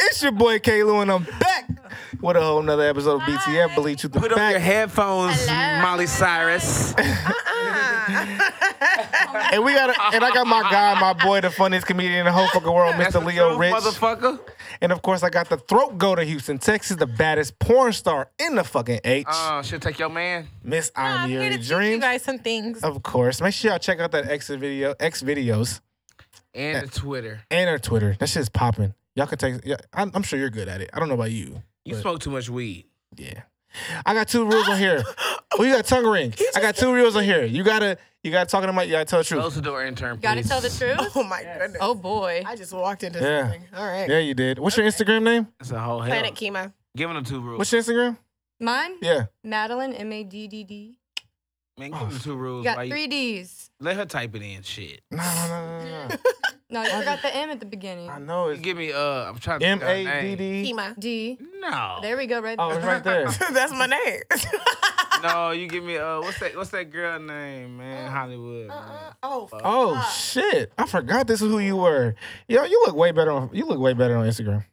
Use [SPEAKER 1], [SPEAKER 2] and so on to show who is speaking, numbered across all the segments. [SPEAKER 1] It's your boy Kalo, and I'm back with a whole nother episode of BTF. Believe Truth
[SPEAKER 2] Put
[SPEAKER 1] the
[SPEAKER 2] on
[SPEAKER 1] Fact.
[SPEAKER 2] your headphones,
[SPEAKER 3] Hello.
[SPEAKER 2] Molly Cyrus.
[SPEAKER 1] And we got, a, and I got my guy, my boy, the funniest comedian in the whole fucking world,
[SPEAKER 2] That's
[SPEAKER 1] Mr.
[SPEAKER 2] the
[SPEAKER 1] Leo
[SPEAKER 2] truth,
[SPEAKER 1] Rich.
[SPEAKER 2] motherfucker.
[SPEAKER 1] And of course, I got the throat go to Houston, Texas, the baddest porn star in the fucking H,
[SPEAKER 2] Uh, she'll take your man.
[SPEAKER 1] Miss
[SPEAKER 3] I'm
[SPEAKER 1] I'm
[SPEAKER 3] here to
[SPEAKER 1] Yuri
[SPEAKER 3] teach you
[SPEAKER 1] Dreams.
[SPEAKER 3] guys some things.
[SPEAKER 1] Of course, make sure y'all check out that X video, X videos,
[SPEAKER 2] And the Twitter.
[SPEAKER 1] and her Twitter. That shit's popping. Y'all can take. Yeah, I'm, I'm sure you're good at it. I don't know about you.
[SPEAKER 2] You
[SPEAKER 1] but-
[SPEAKER 2] smoke too much weed.
[SPEAKER 1] Yeah. I got two rules on here. Oh, you got tongue ring. I got two rules on here. You gotta, you gotta talk to my, you gotta tell the truth.
[SPEAKER 2] Close the door, intern. Please.
[SPEAKER 3] Gotta tell the truth.
[SPEAKER 4] Oh my goodness.
[SPEAKER 3] Oh boy.
[SPEAKER 4] I just walked into
[SPEAKER 1] Yeah.
[SPEAKER 4] something. All right.
[SPEAKER 1] Yeah, you did. What's your Instagram name?
[SPEAKER 2] That's a whole hell.
[SPEAKER 4] Planet Chemo.
[SPEAKER 2] Give him the two rules.
[SPEAKER 1] What's your Instagram?
[SPEAKER 5] Mine?
[SPEAKER 1] Yeah.
[SPEAKER 5] Madeline, M A D D D.
[SPEAKER 2] man, give him the two rules.
[SPEAKER 5] You got
[SPEAKER 2] Why you-
[SPEAKER 5] three D's.
[SPEAKER 2] Let her type it in. Shit.
[SPEAKER 1] No, no, no, no, no.
[SPEAKER 5] No, you forgot the M at the beginning.
[SPEAKER 1] I know
[SPEAKER 2] You
[SPEAKER 1] it's
[SPEAKER 2] give me. Uh, I'm trying to.
[SPEAKER 1] M
[SPEAKER 2] think of her
[SPEAKER 1] A D
[SPEAKER 2] name.
[SPEAKER 1] D.
[SPEAKER 4] Chemo.
[SPEAKER 5] D.
[SPEAKER 2] No.
[SPEAKER 5] There we go, right
[SPEAKER 1] Oh, it's
[SPEAKER 5] there.
[SPEAKER 1] right there.
[SPEAKER 4] That's my name.
[SPEAKER 2] no, you give me. Uh, what's that? What's that girl name, man? Hollywood.
[SPEAKER 3] uh, Uh-uh.
[SPEAKER 2] man.
[SPEAKER 4] oh,
[SPEAKER 1] Oh shit! I forgot this is who you were. Yo, you look way better. On, you look way better on Instagram.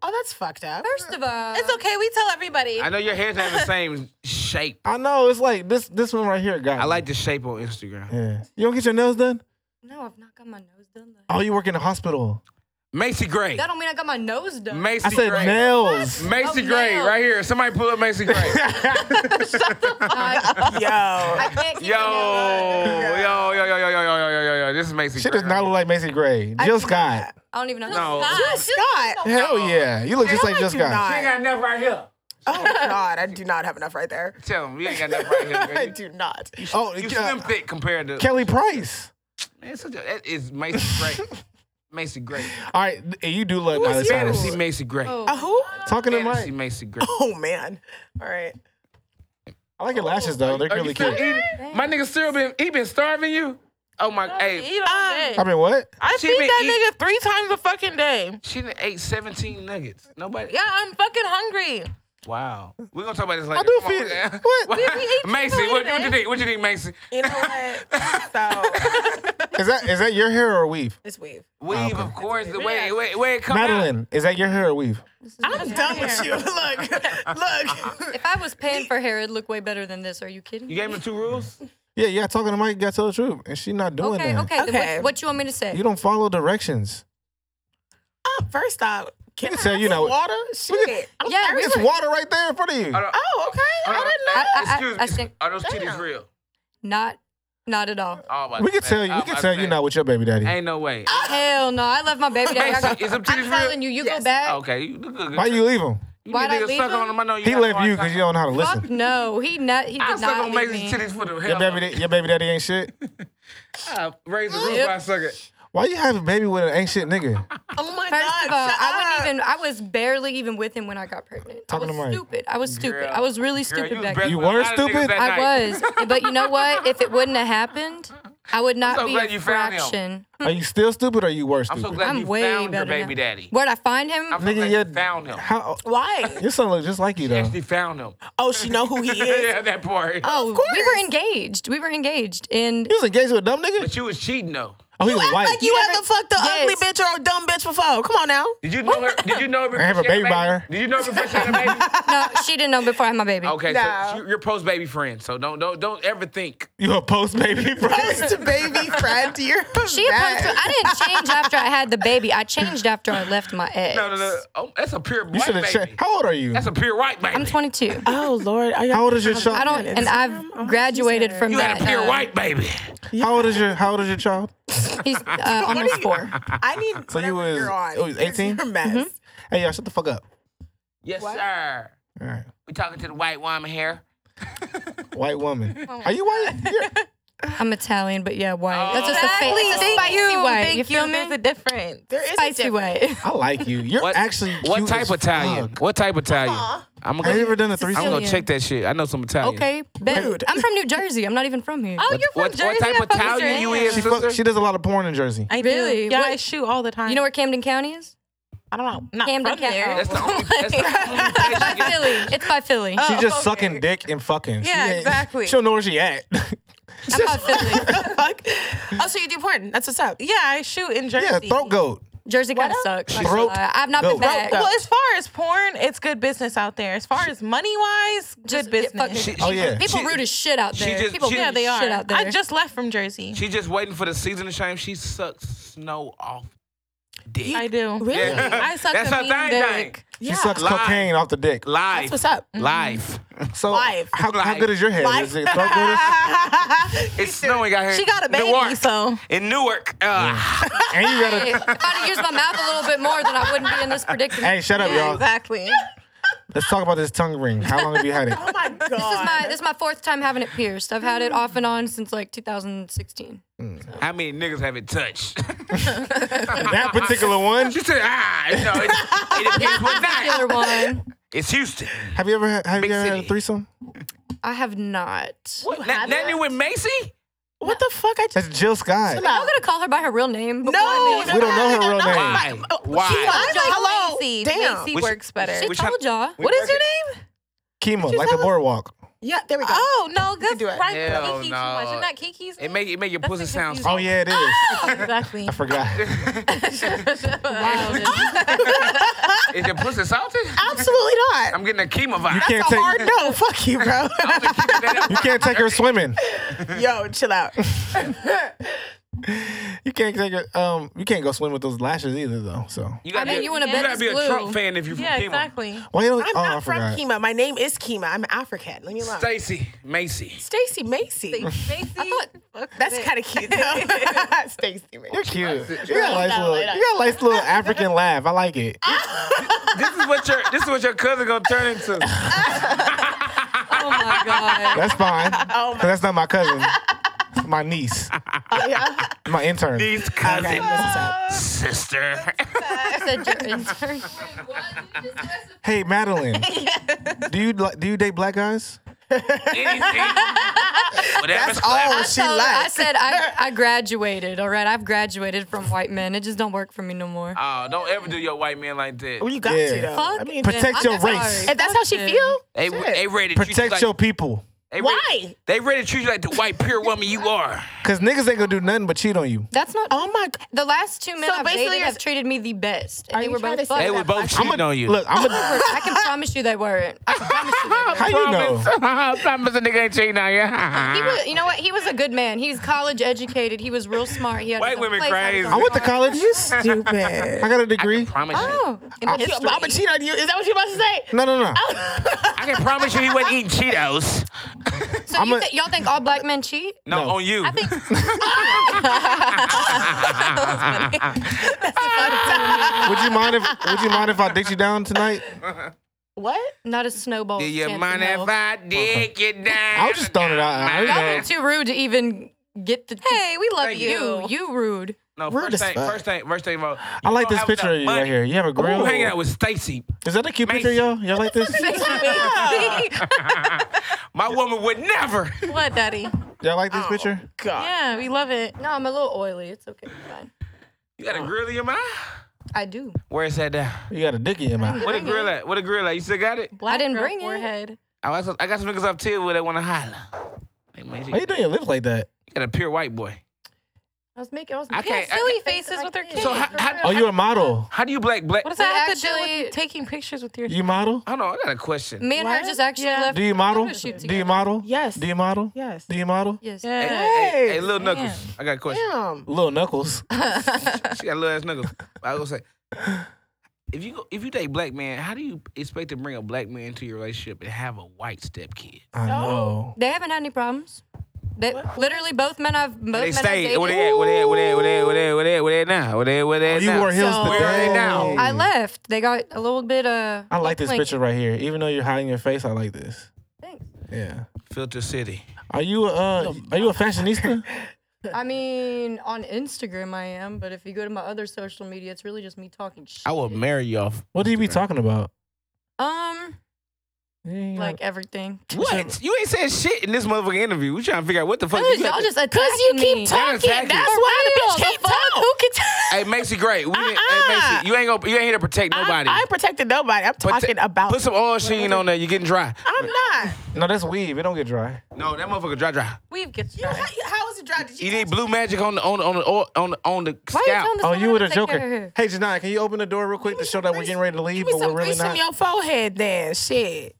[SPEAKER 4] oh, that's fucked up.
[SPEAKER 5] First of all,
[SPEAKER 3] It's okay. We tell everybody.
[SPEAKER 2] I know your hair's not the same shape.
[SPEAKER 1] I know it's like this. This one right here, guy.
[SPEAKER 2] I like the shape on Instagram.
[SPEAKER 1] Yeah. You don't get your nails done?
[SPEAKER 5] No, I've not got my nose done. though.
[SPEAKER 1] Oh, you work in the hospital.
[SPEAKER 2] Macy Gray.
[SPEAKER 5] That don't mean I got my nose done.
[SPEAKER 2] Macy
[SPEAKER 1] I said
[SPEAKER 2] Gray.
[SPEAKER 1] nails.
[SPEAKER 2] Macy
[SPEAKER 5] Oh,
[SPEAKER 2] Gray,
[SPEAKER 5] nails.
[SPEAKER 2] right here. Somebody pull up Macy Gray.
[SPEAKER 5] I,
[SPEAKER 4] Yo.
[SPEAKER 5] I can't keep
[SPEAKER 2] Yo,
[SPEAKER 5] my nose done.
[SPEAKER 2] yo, yo, yo, yo, yo, yo, yo, yo, yo, yo. This is Macy.
[SPEAKER 1] She
[SPEAKER 2] Gray.
[SPEAKER 1] does not look like Macy Gray. Jill Scott.
[SPEAKER 5] I don't even know.
[SPEAKER 2] No.
[SPEAKER 5] how to
[SPEAKER 3] Jill
[SPEAKER 5] stop.
[SPEAKER 4] Scott.
[SPEAKER 1] Hell yeah. You look just like
[SPEAKER 4] I
[SPEAKER 1] Jill
[SPEAKER 4] do
[SPEAKER 1] Scott.
[SPEAKER 4] not.
[SPEAKER 2] She ain't got enough right here.
[SPEAKER 4] Oh God, I do not have enough right there.
[SPEAKER 2] Tell him you ain't got enough right here.
[SPEAKER 4] I
[SPEAKER 2] Girl.
[SPEAKER 4] do not.
[SPEAKER 1] Oh,
[SPEAKER 2] You, you
[SPEAKER 1] uh,
[SPEAKER 2] slim thick compared to.
[SPEAKER 1] Kelly Price.
[SPEAKER 2] Man, such a, that is Macy Gray. Macy Gray.
[SPEAKER 1] All right, and you do look
[SPEAKER 4] Who is
[SPEAKER 1] Miley
[SPEAKER 4] you?
[SPEAKER 1] Cyrus.
[SPEAKER 2] Fantasy Macy Gray.
[SPEAKER 5] Oh.
[SPEAKER 4] Uh, who?
[SPEAKER 1] Talking to
[SPEAKER 2] Fantasy
[SPEAKER 1] Mike.
[SPEAKER 2] Macy Gray.
[SPEAKER 4] Oh man. All right.
[SPEAKER 1] I like your lashes though. They're
[SPEAKER 2] Are you
[SPEAKER 1] really
[SPEAKER 2] still
[SPEAKER 1] cute.
[SPEAKER 2] eating? My nigga still been he been starving you. Oh my, hey,
[SPEAKER 3] Eat all
[SPEAKER 4] Um,
[SPEAKER 3] day.
[SPEAKER 1] I mean, what?
[SPEAKER 3] I
[SPEAKER 2] She
[SPEAKER 3] feed
[SPEAKER 2] been
[SPEAKER 3] that
[SPEAKER 2] eat-
[SPEAKER 3] nigga three times a fucking day.
[SPEAKER 2] she done ate 17 nuggets. Nobody.
[SPEAKER 3] Yeah, I'm fucking hungry.
[SPEAKER 2] Wow. We're gonna talk about this later.
[SPEAKER 1] do
[SPEAKER 2] Come on.
[SPEAKER 1] feel- what? We-
[SPEAKER 5] we eat
[SPEAKER 2] Macy,
[SPEAKER 5] food
[SPEAKER 2] what, what you
[SPEAKER 5] today.
[SPEAKER 2] think? What you think, Macy?
[SPEAKER 4] You know what? So
[SPEAKER 1] Is that is that your hair or weave?
[SPEAKER 4] it's weave.
[SPEAKER 2] Weave, of course. The way, way, way it
[SPEAKER 4] Oh,
[SPEAKER 2] come out.
[SPEAKER 1] Madeline, is that your hair or weave?
[SPEAKER 4] I'm done with you. Look, look.
[SPEAKER 5] If I was paying for hair, it'd look way better than this. Are you kidding
[SPEAKER 2] You
[SPEAKER 5] me?
[SPEAKER 2] gave me two rules.
[SPEAKER 1] Yeah, yeah. Talking to Mike, you gotta tell the truth, and she's not doing
[SPEAKER 5] Okay,
[SPEAKER 1] that.
[SPEAKER 5] okay. Then
[SPEAKER 4] Okay.
[SPEAKER 5] what, what you want me to say?
[SPEAKER 1] You don't follow directions.
[SPEAKER 4] Uh, first off, can
[SPEAKER 1] can
[SPEAKER 4] I
[SPEAKER 1] tell
[SPEAKER 4] have
[SPEAKER 1] you
[SPEAKER 4] some
[SPEAKER 1] know-
[SPEAKER 4] water? Shit. I'm
[SPEAKER 5] Yeah,
[SPEAKER 4] thirsty.
[SPEAKER 1] It's water right there in front of you.
[SPEAKER 2] Hold on.
[SPEAKER 4] Oh, okay.
[SPEAKER 2] Hold
[SPEAKER 4] I
[SPEAKER 2] on.
[SPEAKER 4] didn't know.
[SPEAKER 5] I- I-
[SPEAKER 2] Excuse me.
[SPEAKER 5] think-
[SPEAKER 2] Are those titties
[SPEAKER 4] Damn.
[SPEAKER 2] real?
[SPEAKER 5] Not, not at all.
[SPEAKER 2] Oh, my
[SPEAKER 1] We can
[SPEAKER 2] God.
[SPEAKER 1] tell you.
[SPEAKER 2] Oh,
[SPEAKER 1] We
[SPEAKER 2] my
[SPEAKER 1] can tell you
[SPEAKER 2] God.
[SPEAKER 1] not with your baby daddy.
[SPEAKER 2] Ain't no way.
[SPEAKER 5] Hell no. I left my baby daddy. I got,
[SPEAKER 2] Macy, is them
[SPEAKER 5] I'm
[SPEAKER 2] titties real?
[SPEAKER 5] telling you, you go back.
[SPEAKER 1] Oh,
[SPEAKER 2] Okay, you look good.
[SPEAKER 1] Why you leave him?
[SPEAKER 2] You
[SPEAKER 5] Why'd I
[SPEAKER 2] nigga
[SPEAKER 5] leave
[SPEAKER 2] suck
[SPEAKER 5] him?
[SPEAKER 2] on him. I know you
[SPEAKER 1] He
[SPEAKER 2] got
[SPEAKER 1] left
[SPEAKER 2] hard
[SPEAKER 1] you because
[SPEAKER 2] time.
[SPEAKER 1] you don't know how to
[SPEAKER 5] Fuck
[SPEAKER 1] listen.
[SPEAKER 5] no. He not. He did
[SPEAKER 2] I suck
[SPEAKER 5] not
[SPEAKER 2] on
[SPEAKER 5] leave
[SPEAKER 2] Macy's
[SPEAKER 5] me.
[SPEAKER 2] titties for the
[SPEAKER 1] Your
[SPEAKER 2] hell.
[SPEAKER 1] baby, da- your baby daddy ain't shit.
[SPEAKER 2] Uh, raise the roof.
[SPEAKER 5] Yep.
[SPEAKER 2] I suck it.
[SPEAKER 1] Why you have a baby with an ain't shit nigga?
[SPEAKER 4] Oh my
[SPEAKER 5] First
[SPEAKER 4] god.
[SPEAKER 5] of all,
[SPEAKER 4] shut
[SPEAKER 5] I
[SPEAKER 4] up.
[SPEAKER 5] wouldn't even. I was barely even with him when I got pregnant.
[SPEAKER 1] Talking
[SPEAKER 5] I
[SPEAKER 1] to
[SPEAKER 5] was
[SPEAKER 1] Mike.
[SPEAKER 5] stupid. I was stupid.
[SPEAKER 2] Girl,
[SPEAKER 5] I was really
[SPEAKER 2] girl, was
[SPEAKER 5] stuther back.
[SPEAKER 2] better
[SPEAKER 5] then.
[SPEAKER 1] You
[SPEAKER 2] than a
[SPEAKER 1] were
[SPEAKER 2] lot of niggas
[SPEAKER 1] stupid?
[SPEAKER 2] that
[SPEAKER 5] I
[SPEAKER 2] night.
[SPEAKER 5] was, but you know what? If it wouldn't have happened, I would not
[SPEAKER 2] so
[SPEAKER 5] be
[SPEAKER 2] glad
[SPEAKER 5] a
[SPEAKER 2] you found him.
[SPEAKER 5] fraction.
[SPEAKER 1] Are you still stupid or are you worse
[SPEAKER 2] I'm
[SPEAKER 1] stupid?
[SPEAKER 2] so glad
[SPEAKER 5] I'm
[SPEAKER 2] you
[SPEAKER 5] way
[SPEAKER 2] found your
[SPEAKER 5] better
[SPEAKER 2] baby
[SPEAKER 5] now.
[SPEAKER 2] daddy.
[SPEAKER 5] Where'd I find him?
[SPEAKER 2] I'm so
[SPEAKER 1] Nigga,
[SPEAKER 2] glad
[SPEAKER 1] your-
[SPEAKER 2] you found him.
[SPEAKER 1] How,
[SPEAKER 4] Why?
[SPEAKER 1] your son looks just like you though.
[SPEAKER 2] Actually found him.
[SPEAKER 4] Oh, she know who he is.
[SPEAKER 2] yeah, that part.
[SPEAKER 5] oh, we
[SPEAKER 4] course.
[SPEAKER 5] were engaged. We were engaged, and
[SPEAKER 1] You was engaged with a dumb
[SPEAKER 2] But
[SPEAKER 1] nigga?
[SPEAKER 2] you was cheating though.
[SPEAKER 1] Oh, he was white.
[SPEAKER 4] Like you ever fucked the
[SPEAKER 5] Yes.
[SPEAKER 4] ugly bitch or a dumb bitch before? Come on now.
[SPEAKER 2] Did you know her? Did you know her? before
[SPEAKER 1] have a
[SPEAKER 2] she had
[SPEAKER 1] baby by her.
[SPEAKER 2] Did you know her before she had a baby?
[SPEAKER 5] no, she didn't know before I had my baby.
[SPEAKER 2] Okay,
[SPEAKER 4] No.
[SPEAKER 2] so you- you're post baby friend. So don't don't don't ever think.
[SPEAKER 1] You a post baby bro.
[SPEAKER 4] Post baby friend, you're
[SPEAKER 5] She opposed to, I didn't change after I had the baby. I changed after I left my ex.
[SPEAKER 2] No, no, no. Oh, that's a pure
[SPEAKER 1] You
[SPEAKER 2] white
[SPEAKER 1] should
[SPEAKER 2] baby.
[SPEAKER 1] have checked. How old are you?
[SPEAKER 2] that's a pure white baby.
[SPEAKER 5] I'm 22.
[SPEAKER 4] Oh Lord, I
[SPEAKER 1] How old is your child?
[SPEAKER 5] I don't, and
[SPEAKER 3] Um, oh,
[SPEAKER 5] I've graduated from
[SPEAKER 2] you
[SPEAKER 5] that.
[SPEAKER 2] had a pure
[SPEAKER 5] uh,
[SPEAKER 2] white baby.
[SPEAKER 1] How old is your How old is your child?
[SPEAKER 5] He's uh, almost four.
[SPEAKER 4] I need.
[SPEAKER 1] So you
[SPEAKER 4] whatever
[SPEAKER 1] was-
[SPEAKER 4] you're on.
[SPEAKER 1] it was 18?
[SPEAKER 4] You're a mess.
[SPEAKER 3] Mm-hmm.
[SPEAKER 1] Hey y'all, shut the fuck up.
[SPEAKER 2] Yes, sir.
[SPEAKER 1] All right,
[SPEAKER 2] We talking to the white woman here.
[SPEAKER 1] white woman. Are you white? You're-
[SPEAKER 5] I'm Italian, but yeah, white. That's just a, fa-
[SPEAKER 3] Exactly.
[SPEAKER 5] it's a
[SPEAKER 3] Thank
[SPEAKER 5] spicy
[SPEAKER 3] you.
[SPEAKER 5] white.
[SPEAKER 3] Thank
[SPEAKER 5] you feel
[SPEAKER 3] you. There's a
[SPEAKER 5] me?
[SPEAKER 3] difference.
[SPEAKER 4] There is a
[SPEAKER 5] Spicy
[SPEAKER 4] difference.
[SPEAKER 5] white.
[SPEAKER 1] I like you. You're actually cute
[SPEAKER 2] What type
[SPEAKER 1] as
[SPEAKER 2] of Italian?
[SPEAKER 1] fuck.
[SPEAKER 2] What type of Italian? I'm
[SPEAKER 1] Have
[SPEAKER 2] gonna,
[SPEAKER 1] you ever done a three?
[SPEAKER 2] I'm gonna
[SPEAKER 5] Italian.
[SPEAKER 2] check that shit. I know some Italian.
[SPEAKER 5] Okay, bet. I'm from New Jersey. I'm not even from here.
[SPEAKER 3] Oh,
[SPEAKER 2] What,
[SPEAKER 3] you're from
[SPEAKER 2] what,
[SPEAKER 3] Jersey.
[SPEAKER 2] what type
[SPEAKER 3] I
[SPEAKER 2] of
[SPEAKER 3] fucking
[SPEAKER 2] Italian you
[SPEAKER 3] Jersey.
[SPEAKER 2] is,
[SPEAKER 1] She
[SPEAKER 2] sister?
[SPEAKER 1] fuck, she does a lot of porn in Jersey.
[SPEAKER 3] I do.
[SPEAKER 5] Really?
[SPEAKER 3] Yeah,
[SPEAKER 5] What-
[SPEAKER 3] I shoot all the time.
[SPEAKER 5] You know where Camden County is?
[SPEAKER 3] I don't know. Not
[SPEAKER 5] Camden
[SPEAKER 3] from there.
[SPEAKER 5] County.
[SPEAKER 2] that's the only. That's the only place
[SPEAKER 5] By
[SPEAKER 2] you can-
[SPEAKER 5] Philly. It's by Philly.
[SPEAKER 3] Oh.
[SPEAKER 1] She just
[SPEAKER 4] okay.
[SPEAKER 1] sucking dick and fucking. She
[SPEAKER 3] Yeah,
[SPEAKER 1] ain't-
[SPEAKER 3] exactly.
[SPEAKER 1] She don't know where she at.
[SPEAKER 5] I'm by Philly.
[SPEAKER 4] Fuck. Oh, so you do porn? That's what's up.
[SPEAKER 3] Yeah, I shoot in Jersey.
[SPEAKER 1] yeah, throat goat.
[SPEAKER 5] Jersey kind of sucks. not gonna
[SPEAKER 1] Throat
[SPEAKER 5] lie. I've not
[SPEAKER 1] goat.
[SPEAKER 5] been back.
[SPEAKER 3] Well, as far as porn, it's good business out there. As far as money wise,
[SPEAKER 5] Just
[SPEAKER 3] good
[SPEAKER 5] get
[SPEAKER 3] business.
[SPEAKER 5] fucking-
[SPEAKER 1] Oh, yeah.
[SPEAKER 5] People
[SPEAKER 2] She-
[SPEAKER 5] rude as shit out
[SPEAKER 2] she
[SPEAKER 5] there.
[SPEAKER 2] just-
[SPEAKER 5] People
[SPEAKER 2] she-
[SPEAKER 5] rude
[SPEAKER 2] Yeah,
[SPEAKER 5] as
[SPEAKER 3] they
[SPEAKER 5] shit
[SPEAKER 3] are.
[SPEAKER 5] out there.
[SPEAKER 3] I just left from Jersey.
[SPEAKER 2] She just waiting for the season to shame. She sucks snow off dick.
[SPEAKER 3] I do.
[SPEAKER 5] really.
[SPEAKER 2] Yeah.
[SPEAKER 3] I suck
[SPEAKER 2] That's
[SPEAKER 3] a
[SPEAKER 2] her
[SPEAKER 3] mean
[SPEAKER 2] thing,
[SPEAKER 3] dick.
[SPEAKER 1] She sucks
[SPEAKER 2] Live.
[SPEAKER 1] cocaine off the dick.
[SPEAKER 2] Life.
[SPEAKER 4] That's what's up. Mm.
[SPEAKER 3] Mm-hmm.
[SPEAKER 2] Life.
[SPEAKER 1] So
[SPEAKER 3] Life.
[SPEAKER 1] How, how
[SPEAKER 2] Life.
[SPEAKER 1] good is your head? Is it throat goaters?
[SPEAKER 2] It's snowing out here.
[SPEAKER 3] She got a baby,
[SPEAKER 2] Newark.
[SPEAKER 3] so
[SPEAKER 2] In Newark. Ugh.
[SPEAKER 1] And you
[SPEAKER 5] Hey,
[SPEAKER 1] gotta.
[SPEAKER 5] if I'd use my mouth a little bit more, then I wouldn't be in this predicament.
[SPEAKER 1] Hey, shut up, y'all.
[SPEAKER 3] exactly.
[SPEAKER 1] Let's talk about this tongue ring. How long have you had it?
[SPEAKER 4] Oh my god.
[SPEAKER 5] This is my this is my fourth time having it pierced. I've had it off and on since like 2016.
[SPEAKER 2] How many niggas have it touched?
[SPEAKER 1] That particular one.
[SPEAKER 2] she said, ah, you know, it, it depends what
[SPEAKER 5] Particular
[SPEAKER 2] night.
[SPEAKER 5] one.
[SPEAKER 2] It's Houston.
[SPEAKER 1] Have you ever had, have
[SPEAKER 2] Big
[SPEAKER 1] you ever had a
[SPEAKER 2] city.
[SPEAKER 1] threesome?
[SPEAKER 5] I have not.
[SPEAKER 2] What? Not, not you with Macy?
[SPEAKER 4] What the fuck? I
[SPEAKER 1] That's Jill Scott.
[SPEAKER 5] I'm gonna call her by her real name.
[SPEAKER 3] No,
[SPEAKER 1] We don't know her real name.
[SPEAKER 2] Why?
[SPEAKER 3] Oh,
[SPEAKER 2] Why?
[SPEAKER 3] I like
[SPEAKER 4] Hello.
[SPEAKER 3] Macy.
[SPEAKER 4] Damn.
[SPEAKER 3] Macy
[SPEAKER 2] Which-
[SPEAKER 3] works better.
[SPEAKER 5] She
[SPEAKER 2] Which
[SPEAKER 5] told y'all.
[SPEAKER 2] which-
[SPEAKER 3] what is your name?
[SPEAKER 1] Kima, like a boardwalk.
[SPEAKER 4] Yeah, there we go.
[SPEAKER 3] Oh no, that's
[SPEAKER 4] do it.
[SPEAKER 3] right.
[SPEAKER 2] Hell
[SPEAKER 3] Kiki
[SPEAKER 2] no.
[SPEAKER 3] too much. Isn't that Kiki's?
[SPEAKER 2] It make it make your
[SPEAKER 3] That's
[SPEAKER 2] pussy
[SPEAKER 3] like
[SPEAKER 2] sound.
[SPEAKER 3] confusing.
[SPEAKER 1] Oh yeah, it is.
[SPEAKER 3] exactly.
[SPEAKER 1] I forgot.
[SPEAKER 2] Is your pussy salted?
[SPEAKER 4] Absolutely not.
[SPEAKER 2] I'm getting a chemo vibe.
[SPEAKER 1] Oh, You can't
[SPEAKER 4] That's a hard
[SPEAKER 1] take.
[SPEAKER 4] no. Fuck you, bro.
[SPEAKER 1] You can't take her swimming.
[SPEAKER 4] Yo, chill out.
[SPEAKER 1] You can't take her. Um, you can't go swim with those lashes either, though. So
[SPEAKER 2] You gotta
[SPEAKER 5] I mean,
[SPEAKER 2] be,
[SPEAKER 5] you wanna
[SPEAKER 2] you
[SPEAKER 5] bet
[SPEAKER 2] gotta
[SPEAKER 5] it's
[SPEAKER 2] be a
[SPEAKER 5] blue.
[SPEAKER 2] Trump fan if you from
[SPEAKER 3] yeah,
[SPEAKER 2] chemo.
[SPEAKER 3] exactly.
[SPEAKER 1] why you don't?
[SPEAKER 4] I'm
[SPEAKER 1] oh,
[SPEAKER 4] not
[SPEAKER 1] I
[SPEAKER 4] from
[SPEAKER 1] forgot.
[SPEAKER 4] Kima. My name is Kima. I'm African. Leave me alone.
[SPEAKER 2] Stacy, Macy.
[SPEAKER 4] Stacy Macy.
[SPEAKER 3] Macy.
[SPEAKER 5] I
[SPEAKER 4] That's kind of cute though. Stacy Macy.
[SPEAKER 1] You're cute. You got a nice little. You got a nice little African laugh. I like it.
[SPEAKER 2] This is what your this is what your cousin gonna turn into.
[SPEAKER 5] Oh my god.
[SPEAKER 1] That's fine.
[SPEAKER 4] Oh
[SPEAKER 1] Cause that's not my cousin. It's My niece.
[SPEAKER 4] Yeah.
[SPEAKER 1] My intern.
[SPEAKER 2] These
[SPEAKER 4] Okay,
[SPEAKER 2] cousin
[SPEAKER 4] this is up.
[SPEAKER 2] sister.
[SPEAKER 5] I said your intern.
[SPEAKER 1] Hey Madeline, do you li- do you date black guys?
[SPEAKER 2] Anything. Whatever's
[SPEAKER 4] Oh,
[SPEAKER 5] I
[SPEAKER 4] she
[SPEAKER 5] told her- I
[SPEAKER 4] likes.
[SPEAKER 5] said I, I graduated. All right, I've graduated from white men. It just don't work for me no more.
[SPEAKER 2] Oh, don't ever do your white man like that.
[SPEAKER 4] Well, you got
[SPEAKER 1] Yeah.
[SPEAKER 4] to though.
[SPEAKER 5] Fuck
[SPEAKER 4] I mean,
[SPEAKER 1] Protect
[SPEAKER 5] I'm
[SPEAKER 1] your
[SPEAKER 5] sorry.
[SPEAKER 1] race.
[SPEAKER 4] if that's how she
[SPEAKER 5] Fuck
[SPEAKER 4] feel,
[SPEAKER 2] They, they ready to treat you
[SPEAKER 1] Protect
[SPEAKER 2] like,
[SPEAKER 1] your people,
[SPEAKER 2] they ready-
[SPEAKER 4] why?
[SPEAKER 2] They ready to treat you like the white pure woman you are.
[SPEAKER 1] cause niggas ain't gonna do nothing but cheat on you.
[SPEAKER 5] That's not.
[SPEAKER 4] Oh my god.
[SPEAKER 5] The last two men
[SPEAKER 3] So
[SPEAKER 5] I've
[SPEAKER 3] basically
[SPEAKER 5] dated
[SPEAKER 3] you're-
[SPEAKER 5] have treated me the best. And
[SPEAKER 4] Are
[SPEAKER 5] they
[SPEAKER 4] you
[SPEAKER 5] were
[SPEAKER 4] trying
[SPEAKER 5] both
[SPEAKER 4] to say
[SPEAKER 2] They
[SPEAKER 5] fucked.
[SPEAKER 2] were both cheating on you.
[SPEAKER 1] Look, I'm a.
[SPEAKER 5] I can promise you they weren't. I can promise you. They
[SPEAKER 1] How you know?
[SPEAKER 2] I promise the nigga ain't cheating on
[SPEAKER 5] He
[SPEAKER 2] you.
[SPEAKER 5] was, you know what? He was a good man. He was college educated. He was real smart. He had
[SPEAKER 2] White
[SPEAKER 5] his own
[SPEAKER 2] women
[SPEAKER 5] place, had his
[SPEAKER 2] crazy.
[SPEAKER 5] own
[SPEAKER 1] I went to
[SPEAKER 5] car.
[SPEAKER 1] college. I
[SPEAKER 4] Stupid.
[SPEAKER 1] got a
[SPEAKER 2] I
[SPEAKER 1] degree.
[SPEAKER 2] can promise you.
[SPEAKER 5] Oh, in
[SPEAKER 4] You-
[SPEAKER 5] history.
[SPEAKER 4] I'ma cheat on you. Is that what you're about to say?
[SPEAKER 1] No, no, no.
[SPEAKER 2] I can promise you he wasn't eating Cheetos.
[SPEAKER 5] So you
[SPEAKER 1] a-
[SPEAKER 5] thi- y'all think all black men cheat?
[SPEAKER 2] No,
[SPEAKER 1] No.
[SPEAKER 2] on you.
[SPEAKER 5] I think
[SPEAKER 1] Would you mind if Would you mind if I dicked you down tonight?
[SPEAKER 4] What?
[SPEAKER 5] not a snowball.
[SPEAKER 2] do you
[SPEAKER 5] chance in
[SPEAKER 2] mind if
[SPEAKER 5] hell.
[SPEAKER 2] I dig you down?
[SPEAKER 1] I was just throwing it out. I didn't
[SPEAKER 5] Y'all
[SPEAKER 1] know.
[SPEAKER 5] were too rude to even get the. Hey, we love
[SPEAKER 2] Thank
[SPEAKER 5] you.
[SPEAKER 2] you.
[SPEAKER 5] You rude.
[SPEAKER 2] No,
[SPEAKER 4] Rude
[SPEAKER 2] first
[SPEAKER 4] as
[SPEAKER 2] thing,
[SPEAKER 4] fuck.
[SPEAKER 2] first thing, first thing about.
[SPEAKER 1] I like
[SPEAKER 2] don't
[SPEAKER 1] this
[SPEAKER 2] have
[SPEAKER 1] picture
[SPEAKER 2] enough
[SPEAKER 1] of you
[SPEAKER 2] money.
[SPEAKER 1] right here. You have a grill.
[SPEAKER 2] Ooh, hanging out with Stacy.
[SPEAKER 1] Is that a cute picture, y'all? Y'all like this?
[SPEAKER 2] My woman would never.
[SPEAKER 3] what, Daddy?
[SPEAKER 1] Y'all like
[SPEAKER 2] Oh.
[SPEAKER 1] this picture?
[SPEAKER 4] God.
[SPEAKER 3] Yeah, we love it.
[SPEAKER 5] No, I'm a little oily. It's okay. It's fine.
[SPEAKER 2] You got a grill in your mouth?
[SPEAKER 5] I do.
[SPEAKER 2] Where is that down?
[SPEAKER 1] You got a dick in your mouth.
[SPEAKER 2] What a grill at? What a grill at? You still got it?
[SPEAKER 5] I didn't
[SPEAKER 3] girl
[SPEAKER 5] bring
[SPEAKER 3] forehead.
[SPEAKER 2] I got some, I got some niggas up here where they want to holler. Like, man,
[SPEAKER 1] Why you
[SPEAKER 2] you
[SPEAKER 1] doing your lips like that?
[SPEAKER 2] got a pure white boy.
[SPEAKER 5] it. I was making. I was
[SPEAKER 2] I
[SPEAKER 5] making
[SPEAKER 2] can't- I
[SPEAKER 5] silly
[SPEAKER 2] can't-
[SPEAKER 5] faces with her kids.
[SPEAKER 2] So how- how-
[SPEAKER 1] Oh, you a model?
[SPEAKER 2] How do you black black?
[SPEAKER 3] What does
[SPEAKER 5] We
[SPEAKER 3] that have to do
[SPEAKER 5] actually-
[SPEAKER 3] with taking pictures with your?
[SPEAKER 1] You model?
[SPEAKER 2] I don't know. I got a question.
[SPEAKER 5] me and
[SPEAKER 4] What?
[SPEAKER 5] her just actually
[SPEAKER 3] Yeah.
[SPEAKER 5] left.
[SPEAKER 1] Do you model?
[SPEAKER 5] Photo shoot
[SPEAKER 1] Do you model?
[SPEAKER 4] Yes.
[SPEAKER 1] Do you model?
[SPEAKER 4] Yes.
[SPEAKER 1] Do you model?
[SPEAKER 5] Yes.
[SPEAKER 2] Hey,
[SPEAKER 3] Yeah.
[SPEAKER 2] hey, hey,
[SPEAKER 4] Hey,
[SPEAKER 2] little knuckles. I got a question.
[SPEAKER 4] Damn.
[SPEAKER 1] Little knuckles.
[SPEAKER 2] She got little ass knuckles. I was gonna say, if you go, if you date black man, how do you expect to bring a black man into your relationship and have a white stepkid?
[SPEAKER 1] I know.
[SPEAKER 5] They haven't had any problems. They literally both men I've both
[SPEAKER 2] They
[SPEAKER 5] men I've
[SPEAKER 2] stayed.
[SPEAKER 5] dated-
[SPEAKER 2] Where they at? Where they at? Where they at? Where they at? Where they at? Where they at? Where they at now? Where they at? Where they
[SPEAKER 1] Oh,
[SPEAKER 2] at
[SPEAKER 1] you
[SPEAKER 2] now?
[SPEAKER 1] wore heels
[SPEAKER 4] So-
[SPEAKER 1] today.
[SPEAKER 2] Where are they now?
[SPEAKER 5] I left. They got a little bit uh
[SPEAKER 1] Mm. I like this
[SPEAKER 5] Like-
[SPEAKER 1] picture right here. Even though you're hiding your face, I like this.
[SPEAKER 5] Thanks.
[SPEAKER 1] Yeah.
[SPEAKER 2] Filter City.
[SPEAKER 1] Are you a uh, Are you a fashionista?
[SPEAKER 5] I mean, on Instagram I am, but if you go to my other social media, it's really just me talking shit.
[SPEAKER 2] I will marry you off.
[SPEAKER 1] What do you be talking about?
[SPEAKER 5] Um,
[SPEAKER 1] Like
[SPEAKER 4] Like everything.
[SPEAKER 2] What? You ain't said shit in this motherfucking interview. We trying to figure out what the fuck.
[SPEAKER 5] Dude,
[SPEAKER 2] you
[SPEAKER 5] y'all just attacking
[SPEAKER 4] Cause you
[SPEAKER 5] me.
[SPEAKER 4] keep
[SPEAKER 2] Y'all
[SPEAKER 4] talking.
[SPEAKER 2] attacking.
[SPEAKER 4] That's why
[SPEAKER 3] For
[SPEAKER 4] the
[SPEAKER 3] real,
[SPEAKER 4] bitch keep
[SPEAKER 3] the fuck?
[SPEAKER 4] talking. Who can tell?
[SPEAKER 2] Hey, Macy, great. We didn't, hey,
[SPEAKER 3] Uh-uh.
[SPEAKER 2] Macy, you ain't gonna, you ain't here to protect nobody.
[SPEAKER 4] I, I protected nobody. I'm
[SPEAKER 2] Prote-
[SPEAKER 4] talking about.
[SPEAKER 2] Put some oil sheen on there. You getting dry?
[SPEAKER 4] I'm not.
[SPEAKER 1] no, that's weave. It don't get dry.
[SPEAKER 2] No, that motherfucker dry, dry.
[SPEAKER 3] We've get
[SPEAKER 4] You, how, how was it dry? Did you?
[SPEAKER 2] You need blue magic on the on the on the oil- on the, on the
[SPEAKER 5] Why you telling
[SPEAKER 2] scalp.
[SPEAKER 5] this
[SPEAKER 1] Oh,
[SPEAKER 5] man
[SPEAKER 1] you
[SPEAKER 5] how
[SPEAKER 1] were
[SPEAKER 5] to
[SPEAKER 1] the
[SPEAKER 5] take care of
[SPEAKER 1] joker.
[SPEAKER 5] her?
[SPEAKER 1] Hey, Janai, can you open the door real quick to show that we're getting ready to leave,
[SPEAKER 4] Give me
[SPEAKER 1] but we're
[SPEAKER 4] some
[SPEAKER 1] really
[SPEAKER 4] grease
[SPEAKER 1] not?
[SPEAKER 4] from your forehead, there. Shit.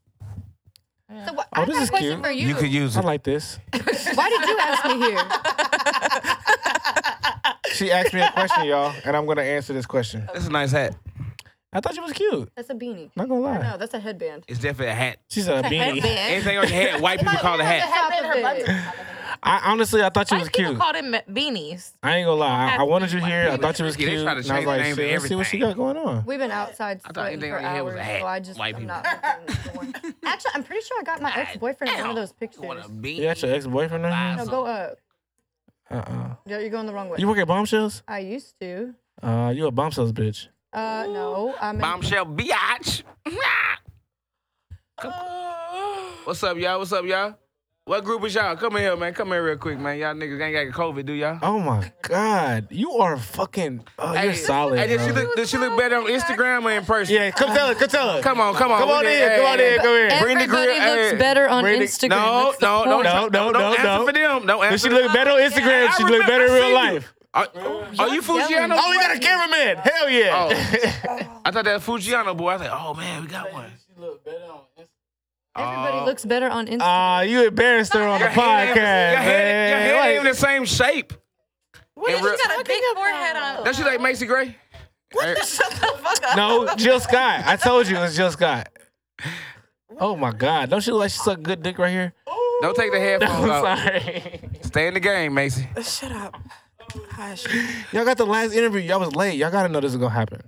[SPEAKER 5] So wh-
[SPEAKER 1] Oh,
[SPEAKER 5] I
[SPEAKER 1] this
[SPEAKER 5] got
[SPEAKER 1] is
[SPEAKER 5] a question
[SPEAKER 1] cute.
[SPEAKER 5] for you.
[SPEAKER 2] You could use
[SPEAKER 1] I
[SPEAKER 2] it.
[SPEAKER 1] like this.
[SPEAKER 5] Why did you ask me here?
[SPEAKER 1] She asked me a question, y'all, and I'm gonna answer this question.
[SPEAKER 2] That's a nice hat.
[SPEAKER 1] I thought you was cute.
[SPEAKER 5] That's a beanie.
[SPEAKER 1] Not gonna lie.
[SPEAKER 5] No, that's a headband.
[SPEAKER 2] It's definitely a hat.
[SPEAKER 1] She's a beanie.
[SPEAKER 2] Anything on your head, white people call it a hat.
[SPEAKER 5] Top of it.
[SPEAKER 1] I honestly, I thought you was
[SPEAKER 3] White people
[SPEAKER 1] cute.
[SPEAKER 3] call them beanies.
[SPEAKER 1] I ain't gonna lie. I, I wanted you here. I thought you was
[SPEAKER 2] They
[SPEAKER 1] cute.
[SPEAKER 2] try
[SPEAKER 1] And
[SPEAKER 2] to
[SPEAKER 1] I was
[SPEAKER 2] change the
[SPEAKER 1] like,
[SPEAKER 2] name
[SPEAKER 1] shit,
[SPEAKER 2] to
[SPEAKER 1] let's see what she got
[SPEAKER 2] everything.
[SPEAKER 1] going on.
[SPEAKER 5] We've been outside sweating
[SPEAKER 2] anything
[SPEAKER 5] for
[SPEAKER 2] on your head was
[SPEAKER 5] hours,
[SPEAKER 2] a hat.
[SPEAKER 5] so I just
[SPEAKER 2] White
[SPEAKER 5] I'm
[SPEAKER 2] people.
[SPEAKER 5] not looking for one. Actually, I'm pretty sure I got my ex-boyfriend in one of those pictures.
[SPEAKER 2] You want a
[SPEAKER 5] No,
[SPEAKER 2] bean?
[SPEAKER 1] You got your ex boyfriend in here?
[SPEAKER 2] Wow.
[SPEAKER 5] go up.
[SPEAKER 1] Uh uh
[SPEAKER 5] No, You're going the wrong way.
[SPEAKER 1] You work at Bombshells?
[SPEAKER 5] I used to.
[SPEAKER 1] Uh, you a Bombshells bitch.
[SPEAKER 5] Uh, no, I'm. in-
[SPEAKER 2] Bombshell biatch. Come- What's up, y'all? What's up, y'all? What group is y'all? Come in here, man. Come here real quick, man. Y'all niggas ain't got COVID, do y'all?
[SPEAKER 1] Oh my god, you are fucking. Oh, you're solid.
[SPEAKER 2] Hey, did she
[SPEAKER 1] bro.
[SPEAKER 2] look? Did she look better on Instagram or in person?
[SPEAKER 1] yeah, come tell her. Come tell her.
[SPEAKER 2] Come on, come on.
[SPEAKER 1] Come on
[SPEAKER 2] We
[SPEAKER 1] in.
[SPEAKER 2] did- hey,
[SPEAKER 1] Come on
[SPEAKER 2] hey,
[SPEAKER 1] in. Come in.
[SPEAKER 2] Bring the grill-
[SPEAKER 5] Everybody looks
[SPEAKER 2] hey,
[SPEAKER 5] better on
[SPEAKER 1] bring the-
[SPEAKER 5] Instagram.
[SPEAKER 2] No,
[SPEAKER 5] That's the
[SPEAKER 2] no, no,
[SPEAKER 5] point.
[SPEAKER 1] No, no, no,
[SPEAKER 2] Don't
[SPEAKER 1] no.
[SPEAKER 2] answer for them. Don't answer.
[SPEAKER 1] Did she look better on Instagram? She look better in real life.
[SPEAKER 2] Are, are you Fujiano?
[SPEAKER 1] Oh, we got a cameraman. Hell yeah.
[SPEAKER 2] I thought that was Fujiano boy. I was like, oh man, we got one.
[SPEAKER 5] Everybody looks better on Instagram.
[SPEAKER 1] Ah, you embarrassed her on the
[SPEAKER 2] Your head
[SPEAKER 1] podcast,
[SPEAKER 2] ain't- Your head, your head
[SPEAKER 1] man.
[SPEAKER 2] ain't even the same shape.
[SPEAKER 3] What
[SPEAKER 2] And
[SPEAKER 3] is
[SPEAKER 2] real-
[SPEAKER 3] she got a big forehead on?
[SPEAKER 2] That she like Macy Gray. Hey,
[SPEAKER 4] Shut the fuck up.
[SPEAKER 1] no, Jill Scott. I told you it was Jill Scott. Oh my God! Don't she look like she suck good dick right here?
[SPEAKER 2] Don't take the headphones
[SPEAKER 1] I'm
[SPEAKER 2] off.
[SPEAKER 1] sorry.
[SPEAKER 2] Stay in the game, Macy.
[SPEAKER 4] Shut up. Hush.
[SPEAKER 1] Y'all got the last interview. Y'all was late. Y'all gotta know this is gonna happen.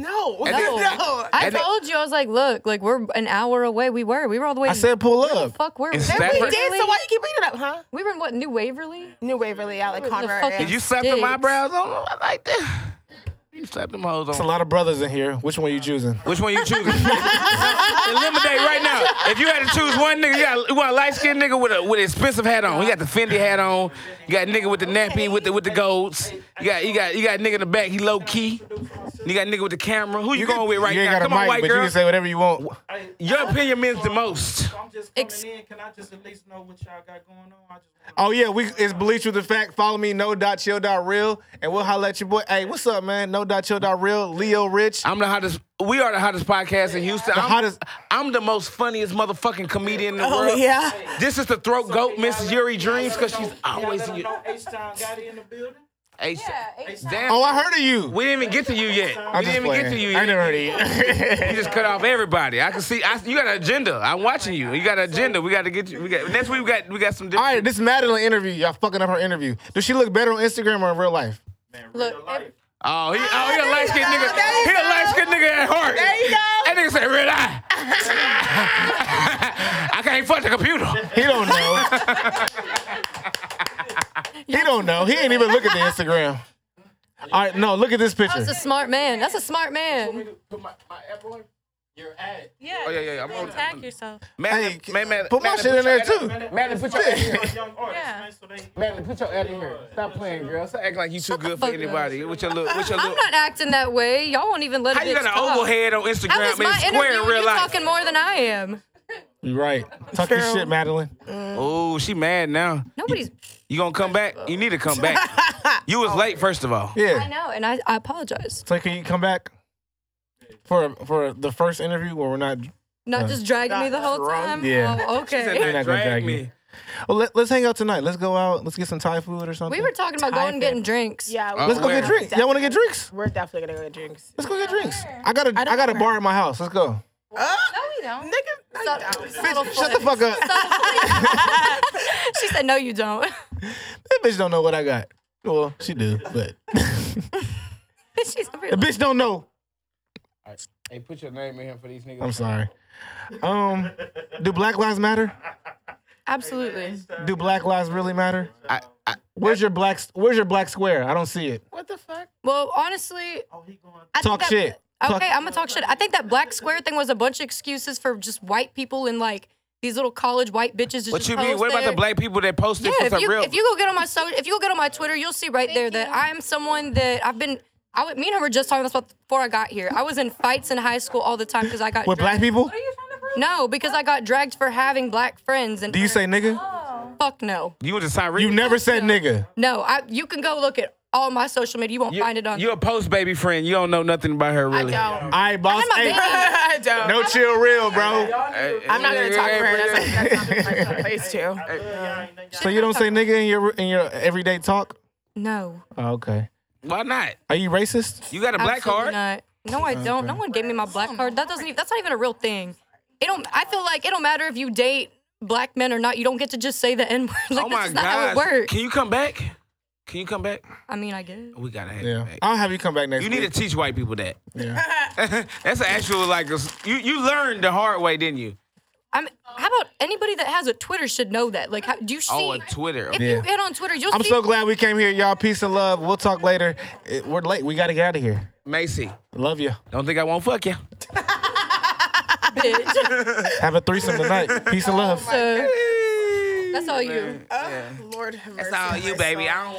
[SPEAKER 4] No.
[SPEAKER 2] And then-
[SPEAKER 4] No.
[SPEAKER 5] I
[SPEAKER 2] and it-
[SPEAKER 5] told you, I was like, look, like we're an hour away. We were, we were all the way.
[SPEAKER 1] I said pull up.
[SPEAKER 5] fuck, were we?
[SPEAKER 2] Is
[SPEAKER 4] That
[SPEAKER 2] Stafford-
[SPEAKER 4] we did, so why you keep bringing it up, huh?
[SPEAKER 5] We were in what? New Waverly.
[SPEAKER 4] New Waverly, I like Conrad.
[SPEAKER 5] fucking-
[SPEAKER 4] and-
[SPEAKER 2] Did you slap them
[SPEAKER 5] Sticks.
[SPEAKER 2] eyebrows on them? I like that. You slapped them hoes
[SPEAKER 1] It's a
[SPEAKER 2] on.
[SPEAKER 1] lot of brothers in here. Which one you choosing?
[SPEAKER 2] Which one you choosing? Eliminate right now. If you had to choose one nigga, you, got, you want a light skinned nigga with a with an expensive hat on. You got the Fendi hat on. You got a nigga with the nappy with the with the golds. You got you got you got a nigga in the back. He low key. You got a nigga with the camera. Who you, going with right
[SPEAKER 1] you ain't
[SPEAKER 2] now?
[SPEAKER 1] got
[SPEAKER 2] Come
[SPEAKER 1] a mic,
[SPEAKER 2] on, white
[SPEAKER 1] but
[SPEAKER 2] girl.
[SPEAKER 1] you can say whatever you want.
[SPEAKER 2] Your opinion means the most.
[SPEAKER 6] I'm just coming
[SPEAKER 5] Ex-
[SPEAKER 6] in. Can I just at least know what y'all got going on? I just wanna-
[SPEAKER 1] Oh yeah, we it's bleach with the fact. Follow me, no dot chill dot real, and we'll holla at your boy. Hey, what's up, man? No dot chill dot real. Leo Rich.
[SPEAKER 2] I'm the hottest. We are the hottest podcast in Houston.
[SPEAKER 1] The
[SPEAKER 2] I'm,
[SPEAKER 1] hottest-
[SPEAKER 2] I'm the most funniest motherfucking comedian in the
[SPEAKER 4] Oh,
[SPEAKER 2] world.
[SPEAKER 4] yeah.
[SPEAKER 2] This is the throat goat, Miss Yuri Dreams, because she's
[SPEAKER 6] Y'all
[SPEAKER 2] always
[SPEAKER 6] let
[SPEAKER 2] in
[SPEAKER 6] 'em
[SPEAKER 2] your.
[SPEAKER 6] know H-Town got it in the building.
[SPEAKER 2] Hey, damn.
[SPEAKER 1] Oh, I heard of you.
[SPEAKER 2] we didn't even get to you yet.
[SPEAKER 1] I'm
[SPEAKER 2] we didn't even get to you
[SPEAKER 1] I
[SPEAKER 2] yet.
[SPEAKER 1] never heard of
[SPEAKER 2] You
[SPEAKER 1] you.
[SPEAKER 2] just cut off everybody. I can see. I, you got an agenda. I'm watching you. You got an agenda. We got to get you. We got next week. We got we got some.
[SPEAKER 1] All
[SPEAKER 2] Different,
[SPEAKER 1] right, this Madeline interview. Y'all fucking up her interview. Does she look better on Instagram or in real life?
[SPEAKER 5] Look, ev-
[SPEAKER 2] Oh, he, oh, he a light skinned nigga.
[SPEAKER 4] There you
[SPEAKER 2] He a
[SPEAKER 4] go.
[SPEAKER 2] light skinned nigga at heart. There
[SPEAKER 4] you go.
[SPEAKER 2] That nigga said red eye. I can't fuck the computer.
[SPEAKER 1] He don't know. he don't know. He ain't even look at the Instagram. All right, no, look at this picture.
[SPEAKER 5] that's a smart man. That's a smart man.
[SPEAKER 3] Yeah.
[SPEAKER 2] Oh, yeah, yeah, yeah. I'm on that
[SPEAKER 3] Attack yourself.
[SPEAKER 2] Madeline,
[SPEAKER 1] Hey,
[SPEAKER 2] man, Madeline,
[SPEAKER 1] put my
[SPEAKER 2] Madeline,
[SPEAKER 1] shit in
[SPEAKER 2] your
[SPEAKER 1] there, too.
[SPEAKER 2] ad- Madeline, put your ad in here.
[SPEAKER 6] Young artists,
[SPEAKER 3] Yeah.
[SPEAKER 6] man, so they
[SPEAKER 2] Madeline, put your ad in here. Stop playing, girl. Stop acting like you too good for
[SPEAKER 5] fuck up.
[SPEAKER 2] anybody. With your little, with your
[SPEAKER 5] I'm
[SPEAKER 2] little.
[SPEAKER 5] not acting that way. Y'all won't even let
[SPEAKER 2] How
[SPEAKER 5] a
[SPEAKER 2] you
[SPEAKER 5] bitch
[SPEAKER 2] got an
[SPEAKER 5] talk.
[SPEAKER 2] oval head on
[SPEAKER 5] How
[SPEAKER 2] Instagram
[SPEAKER 5] is
[SPEAKER 2] and
[SPEAKER 5] my
[SPEAKER 2] square
[SPEAKER 5] interview?
[SPEAKER 2] in real
[SPEAKER 5] you
[SPEAKER 2] life?
[SPEAKER 5] talking more than I am.
[SPEAKER 1] You right. Talk your
[SPEAKER 4] Girl.
[SPEAKER 1] shit, Madeline.
[SPEAKER 2] Oh, she mad now.
[SPEAKER 5] Nobody's.
[SPEAKER 2] You gonna come back? You need to come back. You was late, first of all.
[SPEAKER 5] I
[SPEAKER 1] Yeah.
[SPEAKER 5] know, and I, I apologize.
[SPEAKER 1] So can you come back for for the first interview where we're not?
[SPEAKER 5] Not just dragging me the whole time.
[SPEAKER 1] Yeah.
[SPEAKER 5] Oh, okay.
[SPEAKER 1] You're not gonna drag me. Well, let, let's hang out tonight. Let's go out. Let's get some Thai food or something.
[SPEAKER 5] We were talking about going and getting drinks.
[SPEAKER 4] Yeah.
[SPEAKER 2] Oh,
[SPEAKER 1] Let's go
[SPEAKER 2] where?
[SPEAKER 1] get drinks. Y'all want to get drinks?
[SPEAKER 4] We're definitely gonna go get drinks.
[SPEAKER 1] Let's go get drinks. I got a I, got a bar at my house. Let's go.
[SPEAKER 3] No, we don't.
[SPEAKER 4] Nigga, no, you don't.
[SPEAKER 1] Bitch, shut the fuck up.
[SPEAKER 5] She said, no, you don't.
[SPEAKER 1] That bitch don't know what I got. Well, she do, but
[SPEAKER 5] She's
[SPEAKER 1] the bitch don't know.
[SPEAKER 2] Hey, put your name in here for these niggas.
[SPEAKER 1] I'm sorry. Um, do Black Lives Matter?
[SPEAKER 5] Absolutely.
[SPEAKER 1] Do Black Lives really matter?
[SPEAKER 2] I, I,
[SPEAKER 1] Where's your black Where's your black square? I don't see it.
[SPEAKER 4] What the fuck?
[SPEAKER 5] Well, honestly,
[SPEAKER 6] he going
[SPEAKER 5] I
[SPEAKER 1] Talk
[SPEAKER 5] think that-
[SPEAKER 1] shit.
[SPEAKER 5] Okay, I'm gonna talk shit. I think that black square thing was a bunch of excuses for just white people and like these little college white bitches. to
[SPEAKER 2] What
[SPEAKER 5] just
[SPEAKER 2] you mean?
[SPEAKER 5] post
[SPEAKER 2] What about
[SPEAKER 5] their-
[SPEAKER 2] the black people that posted
[SPEAKER 5] Yeah,
[SPEAKER 2] for
[SPEAKER 5] if
[SPEAKER 2] some
[SPEAKER 5] you
[SPEAKER 2] real?
[SPEAKER 5] if you go get on my so if you go get on my Twitter, you'll see right there that I am someone that I've been. I would, me and her were just talking about this before I got here. I was in fights in high school all the time because I got
[SPEAKER 1] With black
[SPEAKER 5] dragged-
[SPEAKER 1] people?
[SPEAKER 5] No, because I got dragged for having black friends. And
[SPEAKER 1] Do you say nigga?
[SPEAKER 5] fuck no?
[SPEAKER 2] you was a Cyrene.
[SPEAKER 1] You never said nigga.
[SPEAKER 5] No, I. You can go look at all my social media. You won't
[SPEAKER 2] You,
[SPEAKER 5] find it on.
[SPEAKER 2] you a post baby friend. You don't know nothing about her really.
[SPEAKER 3] I
[SPEAKER 1] All
[SPEAKER 3] don't.
[SPEAKER 1] right, boss.
[SPEAKER 5] I'm a
[SPEAKER 1] Hey,
[SPEAKER 5] baby.
[SPEAKER 3] I don't.
[SPEAKER 1] no chill real, bro.
[SPEAKER 3] I'm not gonna talk for her. That's, that's not my place to.
[SPEAKER 1] So you don't say nigga in your in your everyday talk?
[SPEAKER 5] No,
[SPEAKER 1] Oh, okay.
[SPEAKER 2] Why not?
[SPEAKER 1] Are you racist?
[SPEAKER 2] You got a black
[SPEAKER 5] absolutely
[SPEAKER 2] card.
[SPEAKER 5] not. No, I don't. No one gave me my black card. That doesn't. Even, that's not even a real thing. It don't. I feel like it don't matter if you date black men or not. You don't get to just say the n word. Like
[SPEAKER 2] oh my
[SPEAKER 5] that's just not how
[SPEAKER 2] god!
[SPEAKER 5] it works.
[SPEAKER 2] Can you come back? Can you come back?
[SPEAKER 5] I mean, I guess.
[SPEAKER 2] We gotta have
[SPEAKER 1] Yeah.
[SPEAKER 2] you back.
[SPEAKER 1] I'll have you come back next
[SPEAKER 2] You
[SPEAKER 1] week.
[SPEAKER 2] need to teach white people that.
[SPEAKER 1] Yeah.
[SPEAKER 2] That's an actual like a s- you you learned the hard way, didn't you?
[SPEAKER 5] I mean, how about anybody that has a Twitter should know that? Like, how, do you see?
[SPEAKER 2] Oh, on Twitter.
[SPEAKER 5] if
[SPEAKER 1] Yeah.
[SPEAKER 5] you get on Twitter, you'll
[SPEAKER 1] I'm
[SPEAKER 5] see.
[SPEAKER 1] so glad we came here, y'all. Peace and love. We'll talk later. It- We're late. We gotta get out of here.
[SPEAKER 2] Macy,
[SPEAKER 1] Love you.
[SPEAKER 2] don't think I won't fuck you.
[SPEAKER 5] bitch.
[SPEAKER 1] Have a threesome tonight. Peace and love.
[SPEAKER 5] So, Uh, that's all you.
[SPEAKER 4] Lord have mercy.
[SPEAKER 2] That's all you, baby. I don't want.